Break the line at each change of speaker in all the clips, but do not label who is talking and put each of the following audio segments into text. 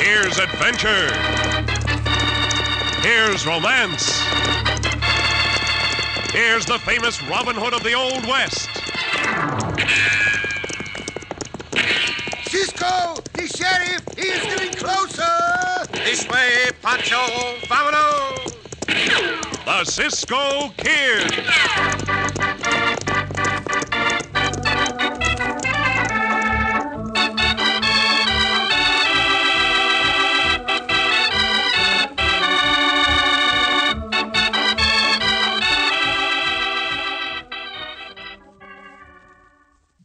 Here's adventure. Here's romance. Here's the famous Robin Hood of the Old West.
Cisco, the sheriff, he is getting closer.
This way, Pancho. Vámonos.
The Cisco Kid.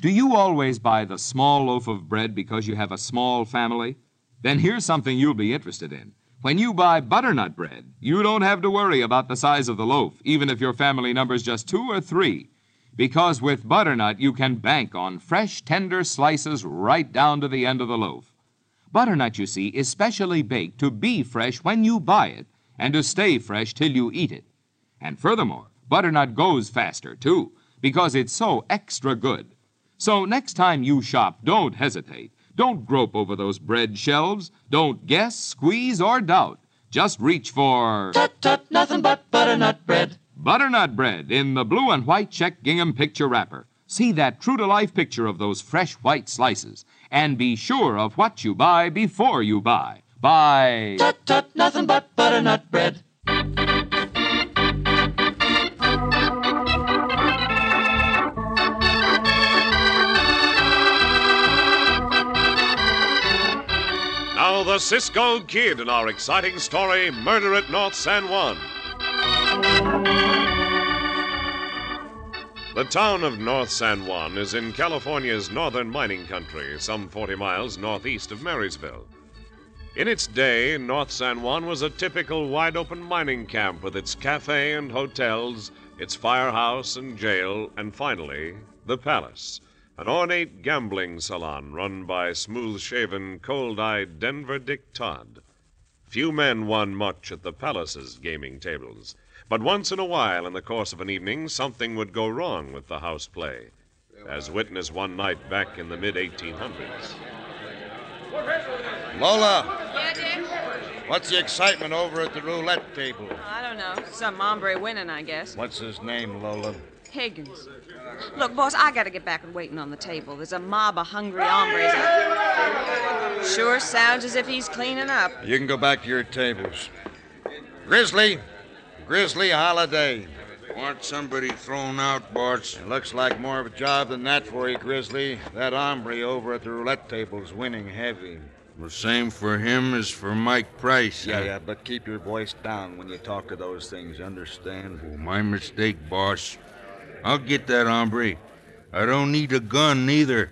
Do you always buy the small loaf of bread because you have a small family? Then here's something you'll be interested in. When you buy butternut bread, you don't have to worry about the size of the loaf, even if your family number's just two or three. Because with butternut, you can bank on fresh, tender slices right down to the end of the loaf. Butternut, you see, is specially baked to be fresh when you buy it and to stay fresh till you eat it. And furthermore, butternut goes faster, too, because it's so extra good. So next time you shop, don't hesitate. Don't grope over those bread shelves. Don't guess, squeeze, or doubt. Just reach for
Tut tut, nothing but butternut bread.
butternut bread in the blue and white check gingham picture wrapper. See that true to life picture of those fresh white slices. And be sure of what you buy before you buy. Buy.
Tut tut, nothing but butternut bread.
Now the Cisco Kid in our exciting story, Murder at North San Juan. The town of North San Juan is in California's northern mining country, some 40 miles northeast of Marysville. In its day, North San Juan was a typical wide open mining camp with its cafe and hotels, its firehouse and jail, and finally, the palace, an ornate gambling salon run by smooth shaven, cold eyed Denver Dick Todd. Few men won much at the palace's gaming tables, but once in a while in the course of an evening, something would go wrong with the house play, as witness one night back in the mid 1800s.
Lola,
Yeah, Dick?
what's the excitement over at the roulette table?
I don't know. Some hombre winning, I guess.
What's his name, Lola?
Higgins. Look, boss, I gotta get back and waiting on the table. There's a mob of hungry hombres out there. Sure sounds as if he's cleaning up.
You can go back to your tables. Grizzly, Grizzly Holiday.
Want somebody thrown out, Barts?
It looks like more of a job than that for you, Grizzly. That hombre over at the roulette table's winning heavy.
The same for him as for Mike Price.
Yeah,
eh?
yeah, but keep your voice down when you talk to those things, you understand?
Oh, my mistake, boss. I'll get that hombre. I don't need a gun neither.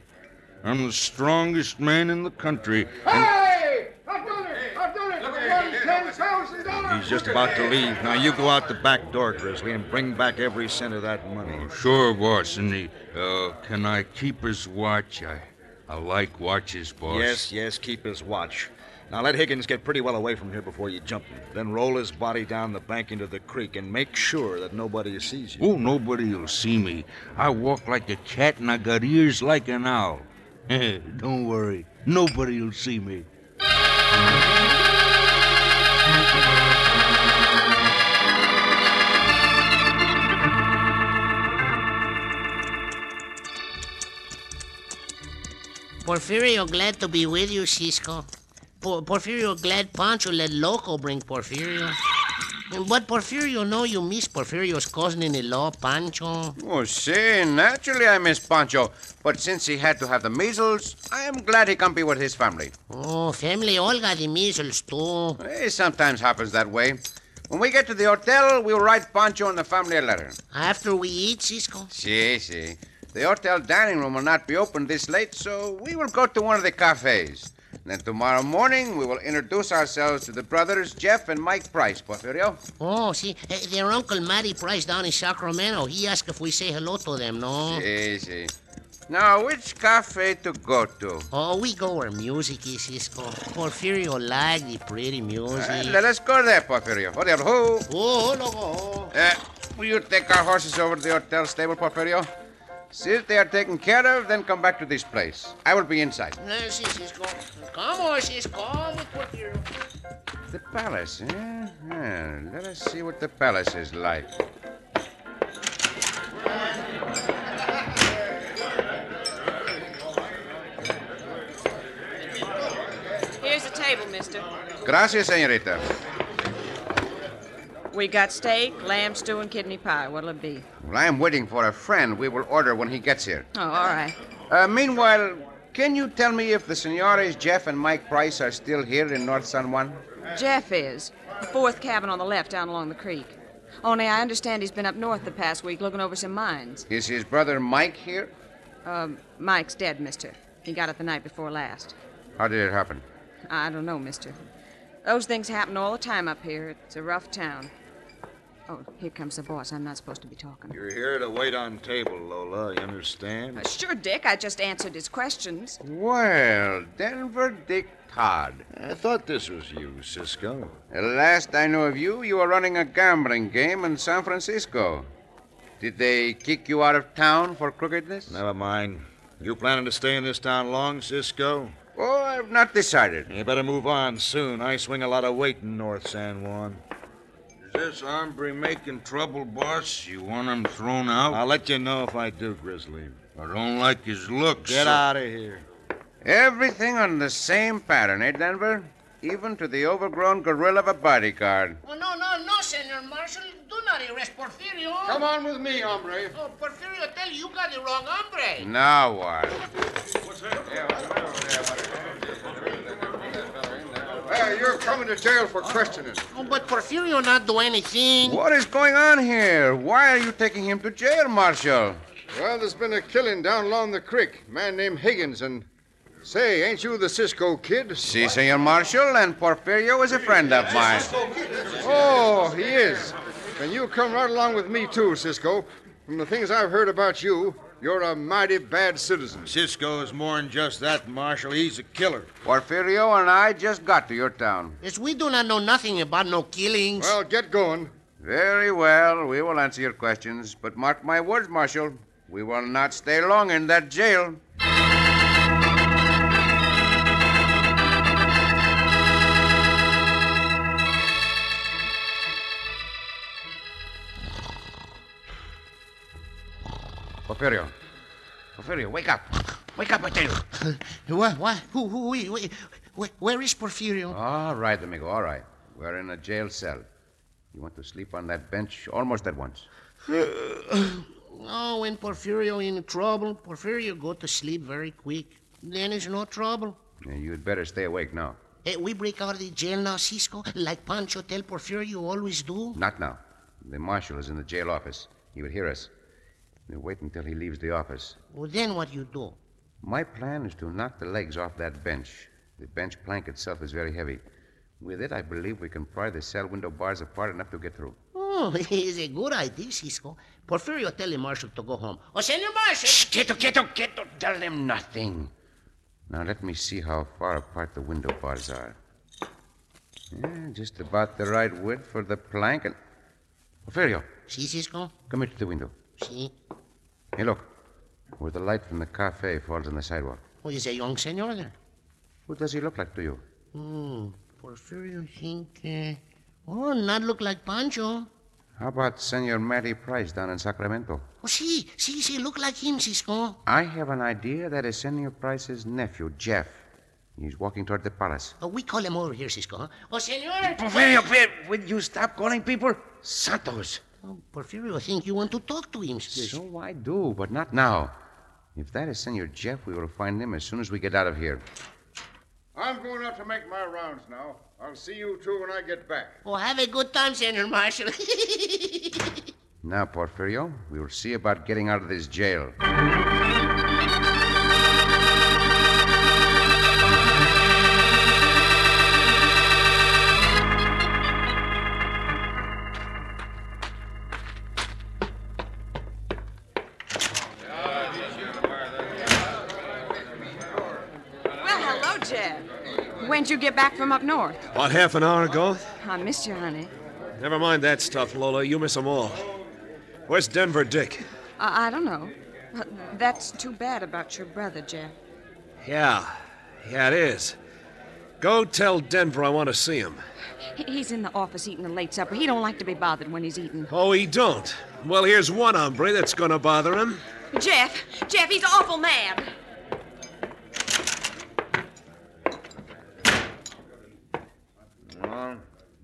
I'm the strongest man in the country.
Hey! I've done it! I've done it! I've won ten thousand dollars!
He's just about to leave. Now you go out the back door, Grizzly, and bring back every cent of that money.
Sure, boss. And the, uh, can I keep his watch? I, I like watches, boss.
Yes, yes, keep his watch. Now let Higgins get pretty well away from here before you jump him. Then roll his body down the bank into the creek and make sure that nobody sees you.
Oh, nobody'll see me. I walk like a cat and I got ears like an owl. Don't worry, nobody'll see me.
Porfirio glad to be with you, Cisco. Por- Porfirio glad Pancho let Loco bring Porfirio. But Porfirio know you miss Porfirio's cousin-in-law, Pancho.
Oh, see, naturally I miss Pancho. But since he had to have the measles, I am glad he can't be with his family.
Oh, family all got the measles, too.
It sometimes happens that way. When we get to the hotel, we'll write Pancho and the family a letter.
After we eat, Cisco.
See, see. The hotel dining room will not be open this late, so we will go to one of the cafes. Then tomorrow morning, we will introduce ourselves to the brothers Jeff and Mike Price, Porfirio.
Oh, see, eh, their Uncle Matty Price down in Sacramento, he asked if we say hello to them, no?
See, see. Now, which cafe to go to?
Oh, we go where music is, Cisco. Porfirio like the pretty
Uh,
music.
let us go there, Porfirio. Hotel, who?
Oh, Loco.
Uh, will you take our horses over to the hotel stable, Porfirio? See that they are taken care of, then come back to this place. I will be inside.
Eh, si, Cisco. Como, Cisco, with Porfirio.
The palace, eh? Ah, let us see what the palace is like.
Here's the table, mister.
Gracias, senorita.
We got steak, lamb stew, and kidney pie. What'll it be?
Well, I am waiting for a friend we will order when he gets here.
Oh, all right.
Uh, meanwhile, can you tell me if the senores Jeff and Mike Price are still here in North San Juan?
Jeff is. The fourth cabin on the left down along the creek. Only I understand he's been up north the past week looking over some mines.
Is his brother Mike here?
Um, Mike's dead, mister. He got it the night before last.
How did it happen?
I don't know, mister. Those things happen all the time up here. It's a rough town. Oh, here comes the boss. I'm not supposed to be talking.
You're here to wait on table, Lola. You understand?
Uh, sure, Dick. I just answered his questions.
Well, Denver Dick Todd.
I thought this was you, Cisco.
The last I knew of you, you were running a gambling game in San Francisco. Did they kick you out of town for crookedness?
Never mind. You planning to stay in this town long, Cisco?
Oh, I've not decided.
You better move on soon. I swing a lot of weight in North San Juan.
Is this hombre making trouble, boss? You want him thrown out?
I'll let you know if I do, Grizzly.
I don't like his looks.
Get out of here.
Everything on the same pattern, eh, Denver? Even to the overgrown gorilla of a bodyguard.
Oh, no, no, no, Senor Marshal. Do not arrest Porfirio.
Come on with me, hombre.
Oh, Porfirio, tell you, you got the wrong hombre.
Now what?
Hey, you're coming to jail for questioning.
Oh, but Porfirio not do anything.
What is going on here? Why are you taking him to jail, Marshal?
Well, there's been a killing down along the creek. Man named Higgins and. Say, ain't you the Cisco kid?
Si, Senor Marshal, and Porfirio is a friend of mine.
Oh, he is. Then you come right along with me, too, Cisco. From the things I've heard about you, you're a mighty bad citizen.
Cisco is more than just that, Marshal. He's a killer.
Porfirio and I just got to your town.
Yes, we do not know nothing about no killings.
Well, get going.
Very well, we will answer your questions, but mark my words, Marshal, we will not stay long in that jail. Porfirio. Porfirio, wake up. Wake up, I tell you.
what? What? Who? Who? Who? who- who- where is Porfirio?
All right, amigo, all right. We're in a jail cell. You want to sleep on that bench almost at once.
Oh, when Porfirio in trouble, Porfirio go to sleep very quick. Then is no trouble.
Uh, You'd better stay awake now.
Eh, we break out of the jail now, Cisco, like Pancho tell Porfirio always do.
Not now. The marshal is in the jail office. He will hear us. We'll wait until he leaves the office.
Well, then what you do?
My plan is to knock the legs off that bench. The bench plank itself is very heavy. With it, I believe we can pry the cell window bars apart enough to get through.
Oh, it's a good idea, Cisco. Porfirio tell the marshal to go home. Oh, Senor Marshal! Shh,
Quieto, quieto, quieto. Tell them nothing. Now let me see how far apart the window bars are. Yeah, just about the right width for the plank and. Porfirio,
See, Cisco?
come here to the window.
See?
Hey, look. Where the light from the cafe falls on the sidewalk.
Oh, he's a young senor there.
Who does he look like to you?
Hmm, Porfirio think... Uh, oh, not look like Pancho.
How about Senor Matty Price down in Sacramento?
Oh, see, see, see, look like him, Cisco.
I have an idea that is Senor Price's nephew, Jeff. He's walking toward the palace.
Oh, we call him over here, Cisco. Huh? Oh, senor!
Porfirio, will you stop calling people Santos?
Oh, Porfirio think you want to talk to him, Cisco.
So I do, but not now. If that is Senor Jeff, we will find him as soon as we get out of here.
I'm going out to make my rounds now. I'll see you two when I get back.
Oh, have a good time, Senor Marshal.
Now, Porfirio, we will see about getting out of this jail.
Well, hello, Jeff. When'd you get back from up north?
About half an hour ago?
I missed you, honey.
Never mind that stuff, Lola. You miss 'em all. Where's Denver Dick?
I I don't know. Uh, That's too bad about your brother, Jeff.
Yeah. Yeah, it is. Go tell Denver I want to see him.
He- He's in the office eating a late supper. He don't like to be bothered when he's eating.
Oh, he don't. Well, here's one hombre that's going to bother him.
Jeff, Jeff, he's awful mad.
Well,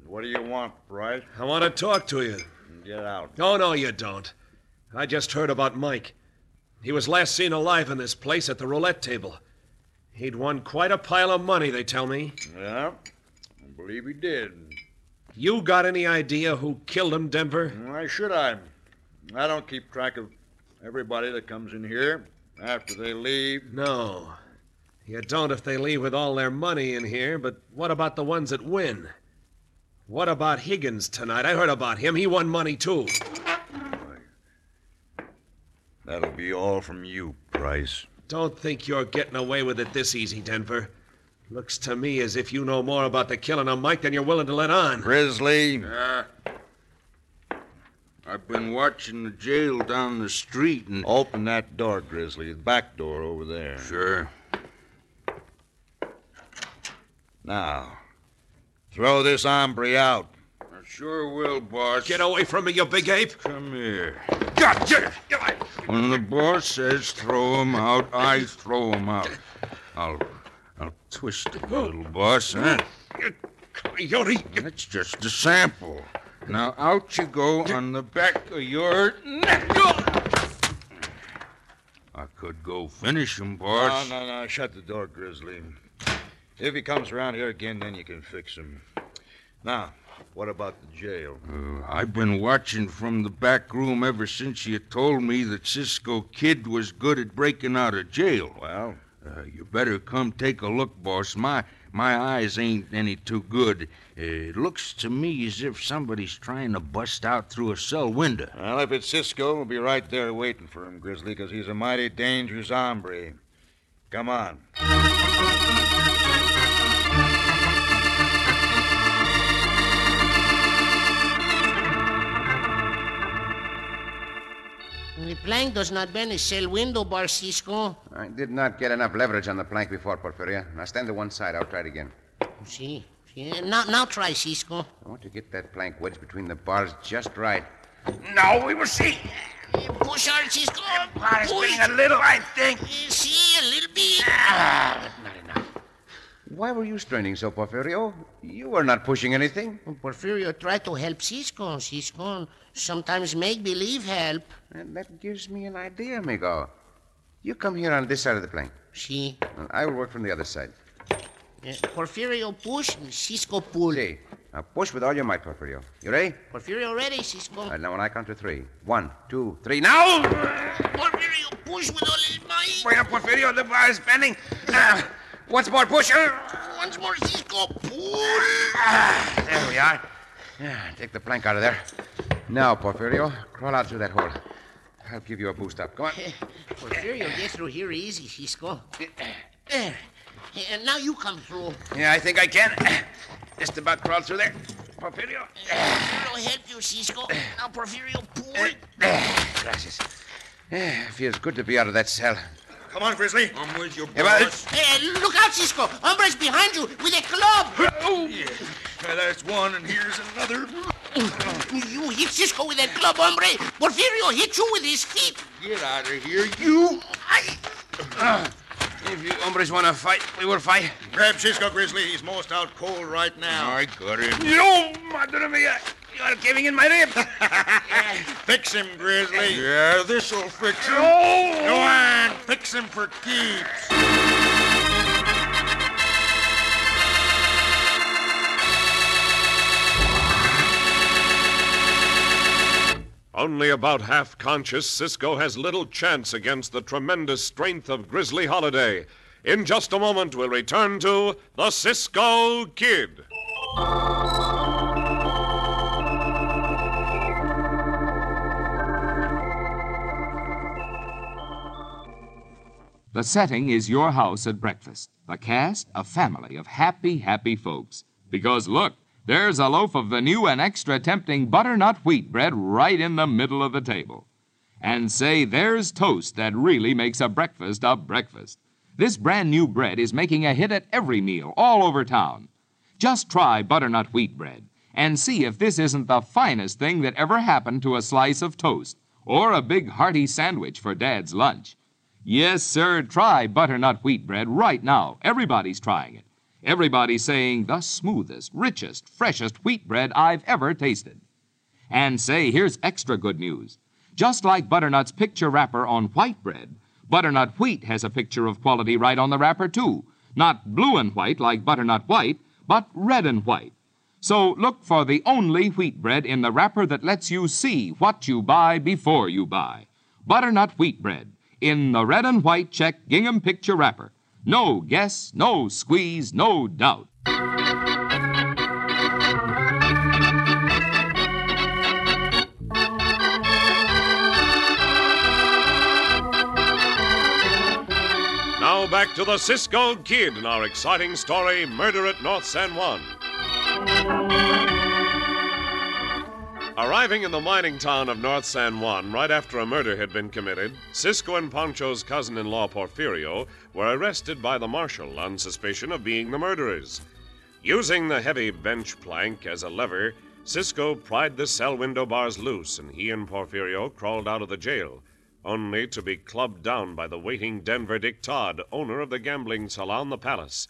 what do you want, Bright?
I want to talk to you.
Get out.
Oh, no, you don't. I just heard about Mike. He was last seen alive in this place at the roulette table. He'd won quite a pile of money, they tell me.
Yeah, I believe he did.
You got any idea who killed him, Denver?
Why should I? I don't keep track of everybody that comes in here after they leave.
No. You don't if they leave with all their money in here, but what about the ones that win? What about Higgins tonight? I heard about him. He won money, too.
That'll be all from you, Price.
Don't think you're getting away with it this easy, Denver. Looks to me as if you know more about the killing of Mike than you're willing to let on.
Grizzly,
Uh, I've been watching the jail down the street and.
open that door, Grizzly. The back door over there.
Sure.
Now, throw this hombre out.
I sure will, boss.
Get away from me, you big ape!
Come here.
God, you- you-
When the boss says throw 'em out, I throw 'em out. I'll, I'll twist it a little, boss. Huh?
you Oh. coyote! you-
That's just a sample. Now out you go on the back of your neck. I could go finish 'em, boss.
No, no, no. Shut the door, Grizzly. If he comes around here again, then you can fix him. Now, what about the jail?
Uh, I've been watching from the back room ever since you told me that Cisco Kid was good at breaking out of jail.
Well,
Uh, you better come take a look, boss. My my eyes ain't any too good. It looks to me as if somebody's trying to bust out through a cell window.
well, if it's Cisco, we'll be right there waiting for him, Grizzly, because he's a mighty dangerous hombre. Come on.
The plank does not bend a cell window, Bar Cisco.
I did not get enough leverage on the plank before, Porfirio. Now stand to one side. I'll try it again.
See? see? Now, now try, Cisco.
I want to get that plank wedged between the bars just right.
Push hard, Cisco. Push. Eh,
a little, I think. Ah.
See, a little bit. Ah!
Why were you straining so, Porfirio? You were not pushing anything.
Porfirio tried to help Cisco. Cisco sometimes make believe help.
And that gives me an idea, amigo. You come here on this side of the plank.
See?
and I will work from the other side.
Uh, Porfirio push, Cisco pull.
See, now push with all your might, Porfirio. You ready?
Porfirio ready,
All
Cisco.
right, now when I count to three. One, two, three. Now!
Porfirio push with all his might.
Wait up, Porfirio. The bar is bending. Ah, once more, push. Ah,
Once more, Cisco pull.
there we are. Ah, take the plank out of there. Now, Porfirio, crawl out through that hole. I'll give you a boost up. Come on.
Porfirio get through here easy, Cisco. There. And eh, now you come through.
Yeah, I think I can. Just about crawl through there. Porfirio.
Porfirio help you, Cisco. Now Porfirio pull.
Gracias. Ah, feels good to be out of that cell.
Come on, Grizzly.
I'm with you,
Yeah, but-
boss.
Hey, look out, Cisco! Hombre's behind you with a club!
Yeah. Now, That's one, and here's another.
You hit Cisco with a club, hombre! Porfirio hit you with his feet!
Get out of here, you.
Uh, If you hombres want to fight, we will fight.
Grab Cisco, Grizzly. He's most out cold right now.
I got him.
No, madre mia. You are caving in my rib.
Fix him, Grizzly.
Yeah, this'll fix him.
Oh!
Go on, fix him for keeps.
Only about half conscious, Cisco has little chance against the tremendous strength of Grizzly Holiday. In just a moment, we'll return to The Cisco Kid.
The setting is your house at breakfast. The cast, a family of happy, happy folks. Because look, there's a loaf of the new and extra tempting butternut wheat bread right in the middle of the table. and say there's toast that really makes a breakfast a breakfast. This brand new bread is making a hit at every meal all over town. Just try butternut wheat bread and see if this isn't the finest thing that ever happened to a slice of toast or a big hearty sandwich for Dad's lunch. Yes, sir, try butternut wheat bread right now. Everybody's trying it. Everybody's saying the smoothest, richest, freshest wheat bread I've ever tasted. And say, here's extra good news. Just like Butternut's picture wrapper on white bread, Butternut wheat has a picture of quality right on the wrapper, too. Not blue and white like Butternut white, but red and white. So look for the only wheat bread in the wrapper that lets you see what you buy before you buy. Butternut wheat bread in the red and white check gingham picture wrapper. No guess, no squeeze, no doubt.
Now back to the Cisco Kid in our exciting story Murder at North San Juan. Arriving in the mining town of North San Juan right after a murder had been committed, Cisco and Pancho's cousin in law Porfirio were arrested by the marshal on suspicion of being the murderers. Using the heavy bench plank as a lever, Cisco pried the cell window bars loose and he and Porfirio crawled out of the jail, only to be clubbed down by the waiting Denver Dick Todd, owner of the gambling salon The Palace.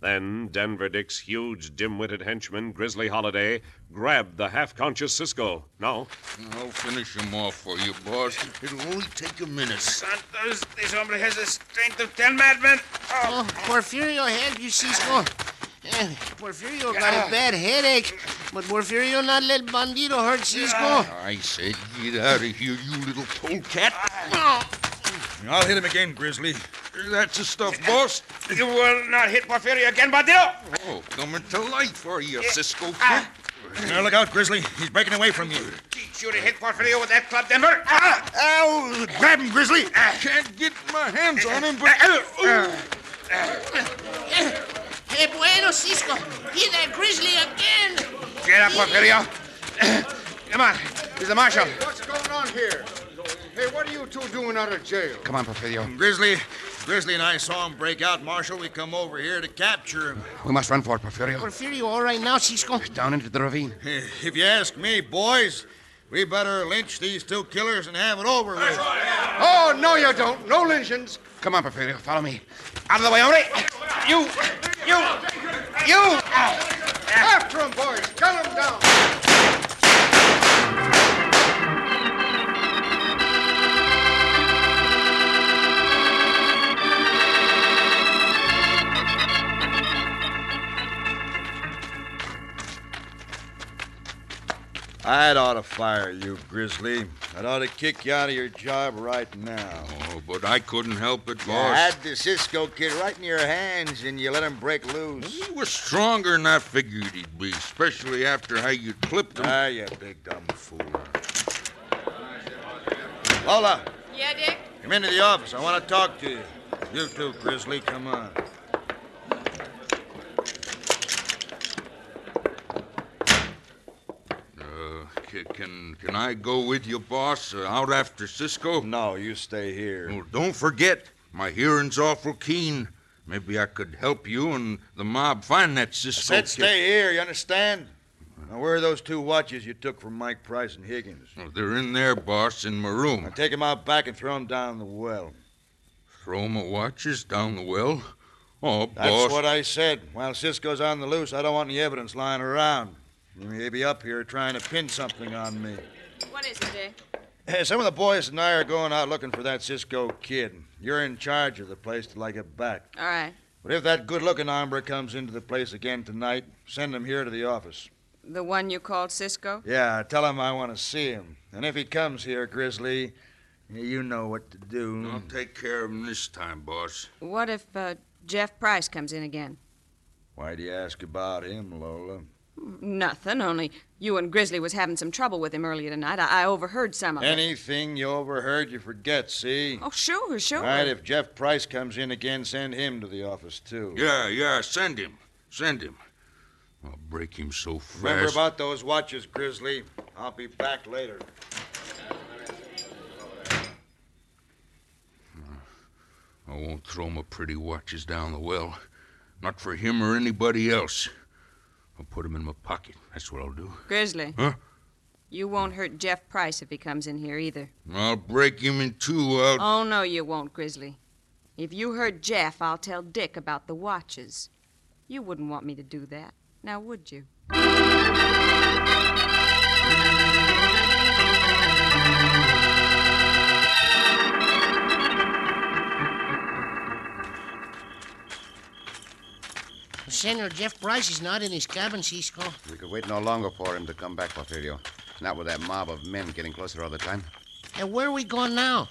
Then Denver Dick's huge, dim witted henchman, Grizzly Holiday, grabbed the half conscious Cisco. Now,
I'll finish him off for you, boss. It'll only take a minute.
Santos, this hombre has the strength of ten madmen.
Oh, Porfirio help you, Cisco. Eh, Porfirio got a bad headache, but Porfirio not let Bandito hurt Cisco.
I said, get out of here, you little polecat.
I'll hit him again, Grizzly.
That's the stuff, boss.
You will not hit Porfirio again, Bandito.
Oh, coming to life are you, Cisco?
Ah,
Now look out, Grizzly. He's breaking away from you.
teach you to hit Porfirio with that club, Denver. Ah,
Ow! Grab him, Grizzly.
Can't get my hands on him, but.
Ah,
Hey, Eh, bueno, Cisco, get that grizzly again.
get up, Porfirio. Come on. He's the marshal.
What's going on here? Hey, what are you two doing out of jail?
Come on, Porfirio.
Grizzly, Grizzly and I saw him break out, Marshal. We come over here to capture him.
We must run for it, Porfirio.
Porfirio, all right now, Cisco.
Down into the ravine.
Eh, If you ask me, boys, we better lynch these two killers and have it over with.
Oh, no, you don't. No lynchings.
Come on, Porfirio. Follow me. Out of the way, hombre. You. You. You.
After him, boys. Gun him down.
I'd ought to fire you, Grizzly. I'd ought to kick you out of your job right now.
Oh, but I couldn't help it, boss.
You had the Cisco kid right in your hands, and you let him break loose.
He was stronger than I figured he'd be, especially after how you clipped him.
Ah, you big dumb fool. Lola,
Yeah, Dick?
come into the office. I want to talk to you. You too, Grizzly. Come on.
Uh, c- can can I go with you, boss, uh, out after Cisco?
No, you stay here.
Well, don't forget, my hearing's awful keen. Maybe I could help you and the mob find that Cisco.
Said
kid.
stay here. You understand? Now, where are those two watches you took from Mike Price and Higgins?
Oh, they're in there, boss, in my
Now
room.
take them out back and throw them down the well.
Throw my watches down the well. Oh,
That's
boss.
what I said. While Cisco's on the loose, I don't want any evidence lying around. He may be up here trying to pin something on me.
What is it, Dick?
Hey, some of the boys and I are going out looking for that Cisco kid. You're in charge of the place till I get back.
All right.
But if that good looking hombre comes into the place again tonight, send him here to the office.
The one you called Cisco?
Yeah, tell him I want to see him. And if he comes here, Grizzly, you know what to do.
I'll take care of him this time, boss.
What if uh, Jeff Price comes in again?
Why do you ask about him, Lola?
Nothing, only you and Grizzly was having some trouble with him earlier tonight. I, I overheard some of it.
Anything you overheard, you forget, see?
Oh, sure, sure.
All right, if Jeff Price comes in again, send him to the office, too.
Yeah, yeah, send him. Send him. I'll break him so fast.
Remember about those watches, Grizzly. I'll be back later.
I won't throw my pretty watches down the well. Not for him or anybody else. I'll put 'em in my pocket. That's what I'll do.
Grizzly,
Huh?
you won't hurt Jeff Price if he comes in here either.
I'll break him in two. I'll.
Oh, no, you won't, Grizzly. If you hurt Jeff, I'll tell Dick about the watches. You wouldn't want me to do that, now would you?
Senor Jeff Price is not in his cabin, Cisco.
We could wait no longer for him to come back, Porfirio. Not with that mob of men getting closer all the time.
And where are we going now?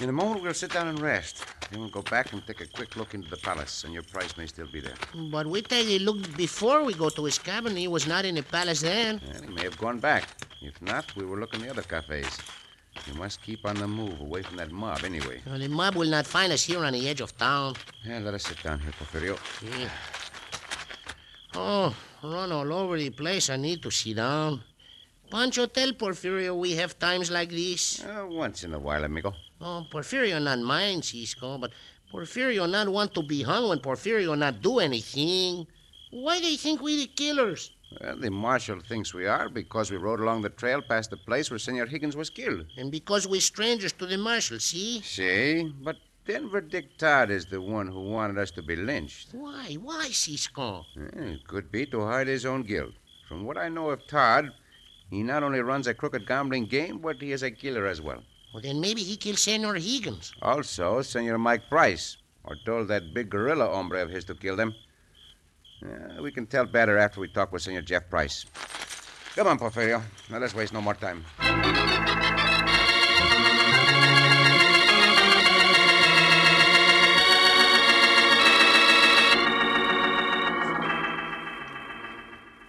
In a moment, we'll sit down and rest. Then we'll go back and take a quick look into the palace, and your price may still be there.
But we take a look before we go to his cabin. He was not in the palace then.
And he may have gone back. If not, we will look in the other cafes. You must keep on the move away from that mob, anyway.
Well, the mob will not find us here on the edge of town.
Yeah, let us sit down here, Porfirio.
Yeah. Oh, run all over the place. I need to sit down. Pancho, tell Porfirio we have times like this.
Uh, once in a while, amigo.
Oh, Porfirio not mind, Cisco, but Porfirio not want to be hung when Porfirio not do anything. Why they think we the killers?
Well, the marshal thinks we are because we rode along the trail past the place where Senor Higgins was killed.
And because we strangers to the marshal, see?
See? But Denver Dick Todd is the one who wanted us to be lynched.
Why, why, Cisco?
Eh, It could be to hide his own guilt. From what I know of Todd, he not only runs a crooked gambling game, but he is a killer as well.
Well, then maybe he killed Senor Higgins.
Also, Senor Mike Price, or told that big gorilla hombre of his to kill them. Uh, we can tell better after we talk with Senor Jeff Price. Come on, Porfirio. Now let's waste no more time.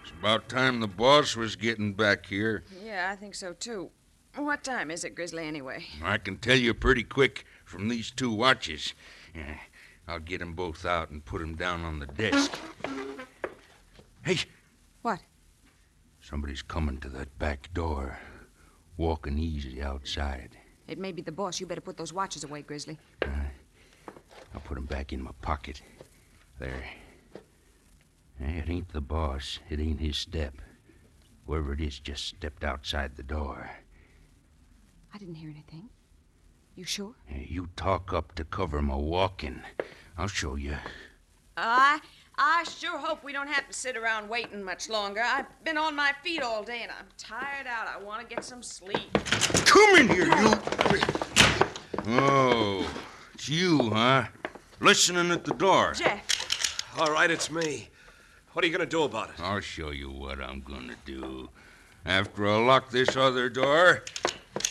It's about time the boss was getting back here.
Yeah, I think so too. What time is it, Grizzly, anyway?
I can tell you pretty quick from these two watches. Yeah, I'll get 'em both out and put 'em down on the desk. Hey!
What?
Somebody's coming to that back door, walking easy outside.
It may be the boss. You better put those watches away, Grizzly.
I'll put 'em back in my pocket. There. Hey, it ain't the boss. It ain't his step. Whoever it is just stepped outside the door.
I didn't hear anything. You sure?
Hey, you talk up to cover my walking. I'll show you.
I I sure hope we don't have to sit around waiting much longer. I've been on my feet all day and I'm tired out. I want to get some sleep.
Come in here, you. Oh, it's you, huh? Listening at the door.
Jeff.
All right, it's me. What are you going to do about it?
I'll show you what I'm gonna do. After I lock this other door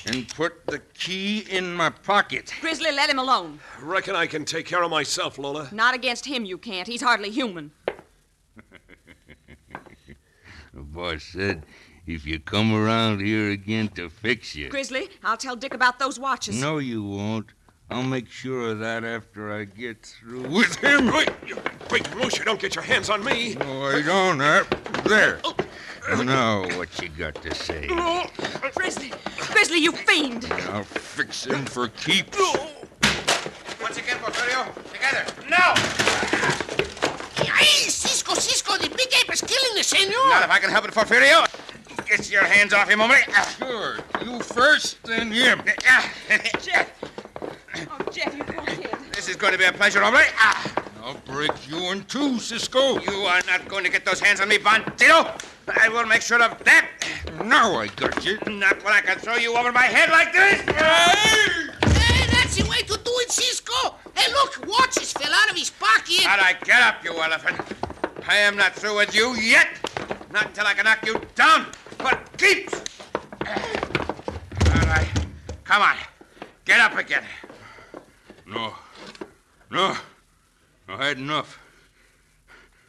and put the key in my pocket.
Grizzly, let him alone.
Reckon I can take care of myself, Lola.
Not against him, you can't. He's hardly human.
The boss said if you come around here again to fix you.
Grizzly, I'll tell Dick about those watches.
No, you won't. I'll make sure of that after I get through with him.
Wait, you big moose, you don't get your hands on me.
No, I don't. Huh? There. Now what you got to say.
Grizzly, Grizzly, you fiend!
I'll fix him for keeps.
Once again, Porfirio, together.
No!
Hey, Cisco, Cisco, the big ape is killing the senor.
Not if I can help it, Porfirio. Get your hands off him, hombre. Ah,
Sure. You first, then him.
ah,
Jeff! Oh, Jeff, you poor kid.
This is going to be a pleasure, hombre. Ah,
I'll break you in two, Cisco.
you are not going to get those hands on me, Bandito. I will make sure of that.
Now I got you.
Not when I can throw you over my head like this.
Hey, that's the way to do it, Cisco. Hey, look, watches fell out of his pocket.
All right, get up, you elephant. I am not through with you yet. Not until I can knock you down. But keeps. All right. Come on. Get up again.
No. No. I had enough.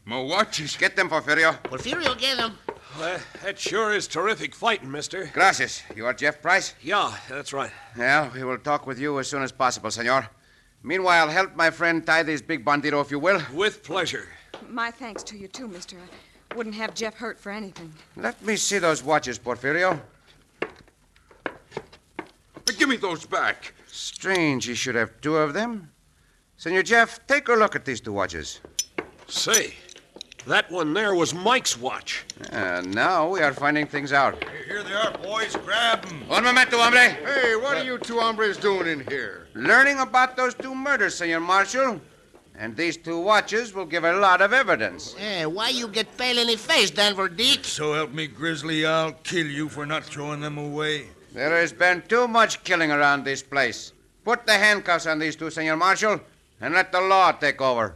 My watches.
Get them, Porfirio.
Porfirio, get him.
Well, that sure is terrific fighting, mister.
Gracias. You are Jeff Price?
Yeah, that's right.
Well, we will talk with you as soon as possible, senor. Meanwhile, help my friend tie this big bandito, if you will.
With pleasure.
My thanks to you, too, mister. I wouldn't have Jeff hurt for anything.
Let me see those watches, Porfirio.
Give me those back.
Strange he should have two of them. Senor Jeff, take a look at these two watches.
Say, that one there was Mike's watch.
And Uh, now we are finding things out.
Here they are, boys. Grab 'em.
Un momento, hombre.
Hey, what are you two hombres doing in here?
Learning about those two murders, Senor Marshal. And these two watches will give a lot of evidence.
Hey, why you get pale in the face, Denver Dick?
So help me, Grizzly, I'll kill you for not throwing them away.
There has been too much killing around this place. Put the handcuffs on these two, Senor Marshal, and let the law take over.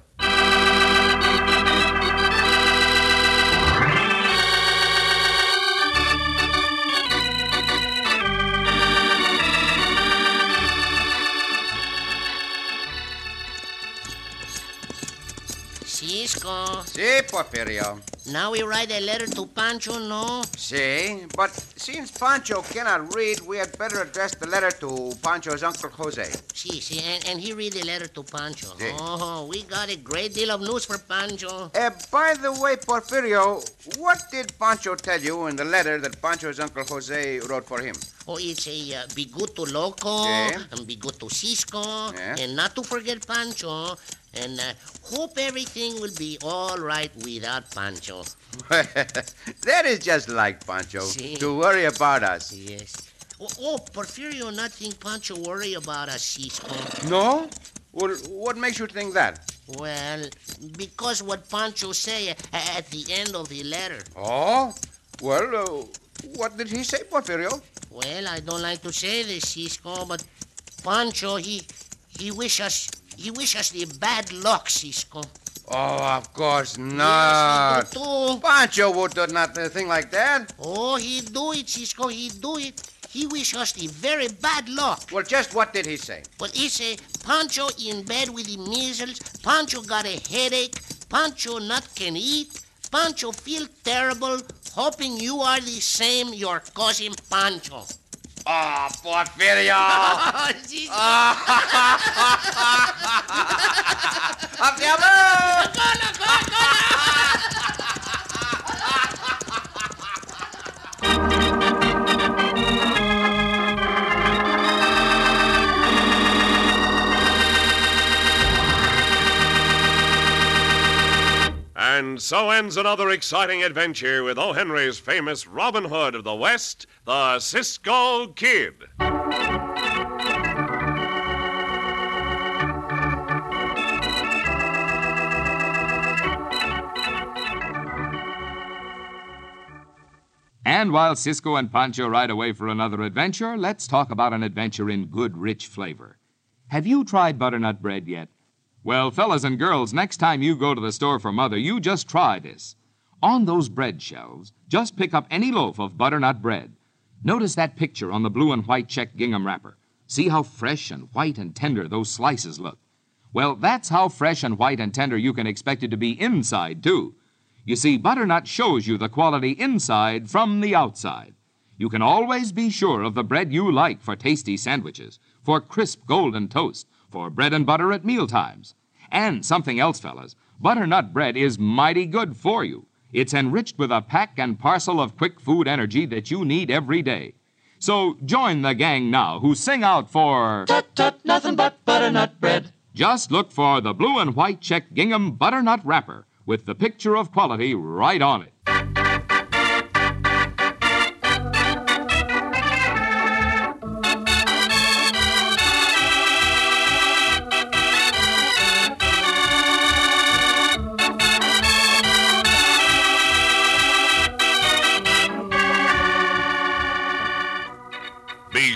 Cisco.
Si, Porfirio.
Now we write a letter to Pancho, no?
Si, but since Pancho cannot read, we had better address the letter to Pancho's Uncle Jose.
Si, si, and, and he read the letter to Pancho.
Si.
Oh, we got a great deal of news for Pancho.
Uh, by the way, Porfirio, what did Pancho tell you in the letter that Pancho's Uncle Jose wrote for him?
Oh, it's a uh, biguto loco,
Si.
and biguto Cisco,
Yeah.
and not to forget Pancho. And uh, hope everything will be all right without Pancho.
that is just like Pancho,
Si.
to worry about us.
Yes. Oh, oh Porfirio, not think Pancho worry about us, Cisco.
No? Well, what makes you think that?
Well, because what Pancho say a- at the end of the letter.
Oh? Well, uh, what did he say, Porfirio?
Well, I don't like to say this, Cisco, but Pancho, he he wish us he wish us the bad luck, Cisco.
Oh, of course not.
Yes, he do too.
Pancho would do not a thing like that.
Oh, he do it, Cisco, he do it. He wish us the very bad luck.
Well, just what did he say?
But he say Pancho in bed with the measles, Pancho got a headache, Pancho not can eat, Pancho feel terrible, hoping you are the same your cousin Pancho.
Oh, Porfirio!
Cisco.
¡Up the above!
And so ends another exciting adventure with O. Henry's famous Robin Hood of the West, the Cisco Kid.
And while Cisco and Pancho ride away for another adventure, let's talk about an adventure in good, rich flavor. Have you tried butternut bread yet? Well, fellas and girls, next time you go to the store for mother, you just try this. On those bread shelves, just pick up any loaf of butternut bread. Notice that picture on the blue and white check gingham wrapper. See how fresh and white and tender those slices look. Well, that's how fresh and white and tender you can expect it to be inside, too. You see, butternut shows you the quality inside from the outside. You can always be sure of the bread you like for tasty sandwiches, for crisp golden toast, for bread and butter at mealtimes. And something else, fellas, butternut bread is mighty good for you. It's enriched with a pack and parcel of quick food energy that you need every day. So join the gang now who sing out for Tut Tut Nothing But Butternut Bread. Just look for the blue and white check gingham butternut wrapper with the picture of quality right on it.
Be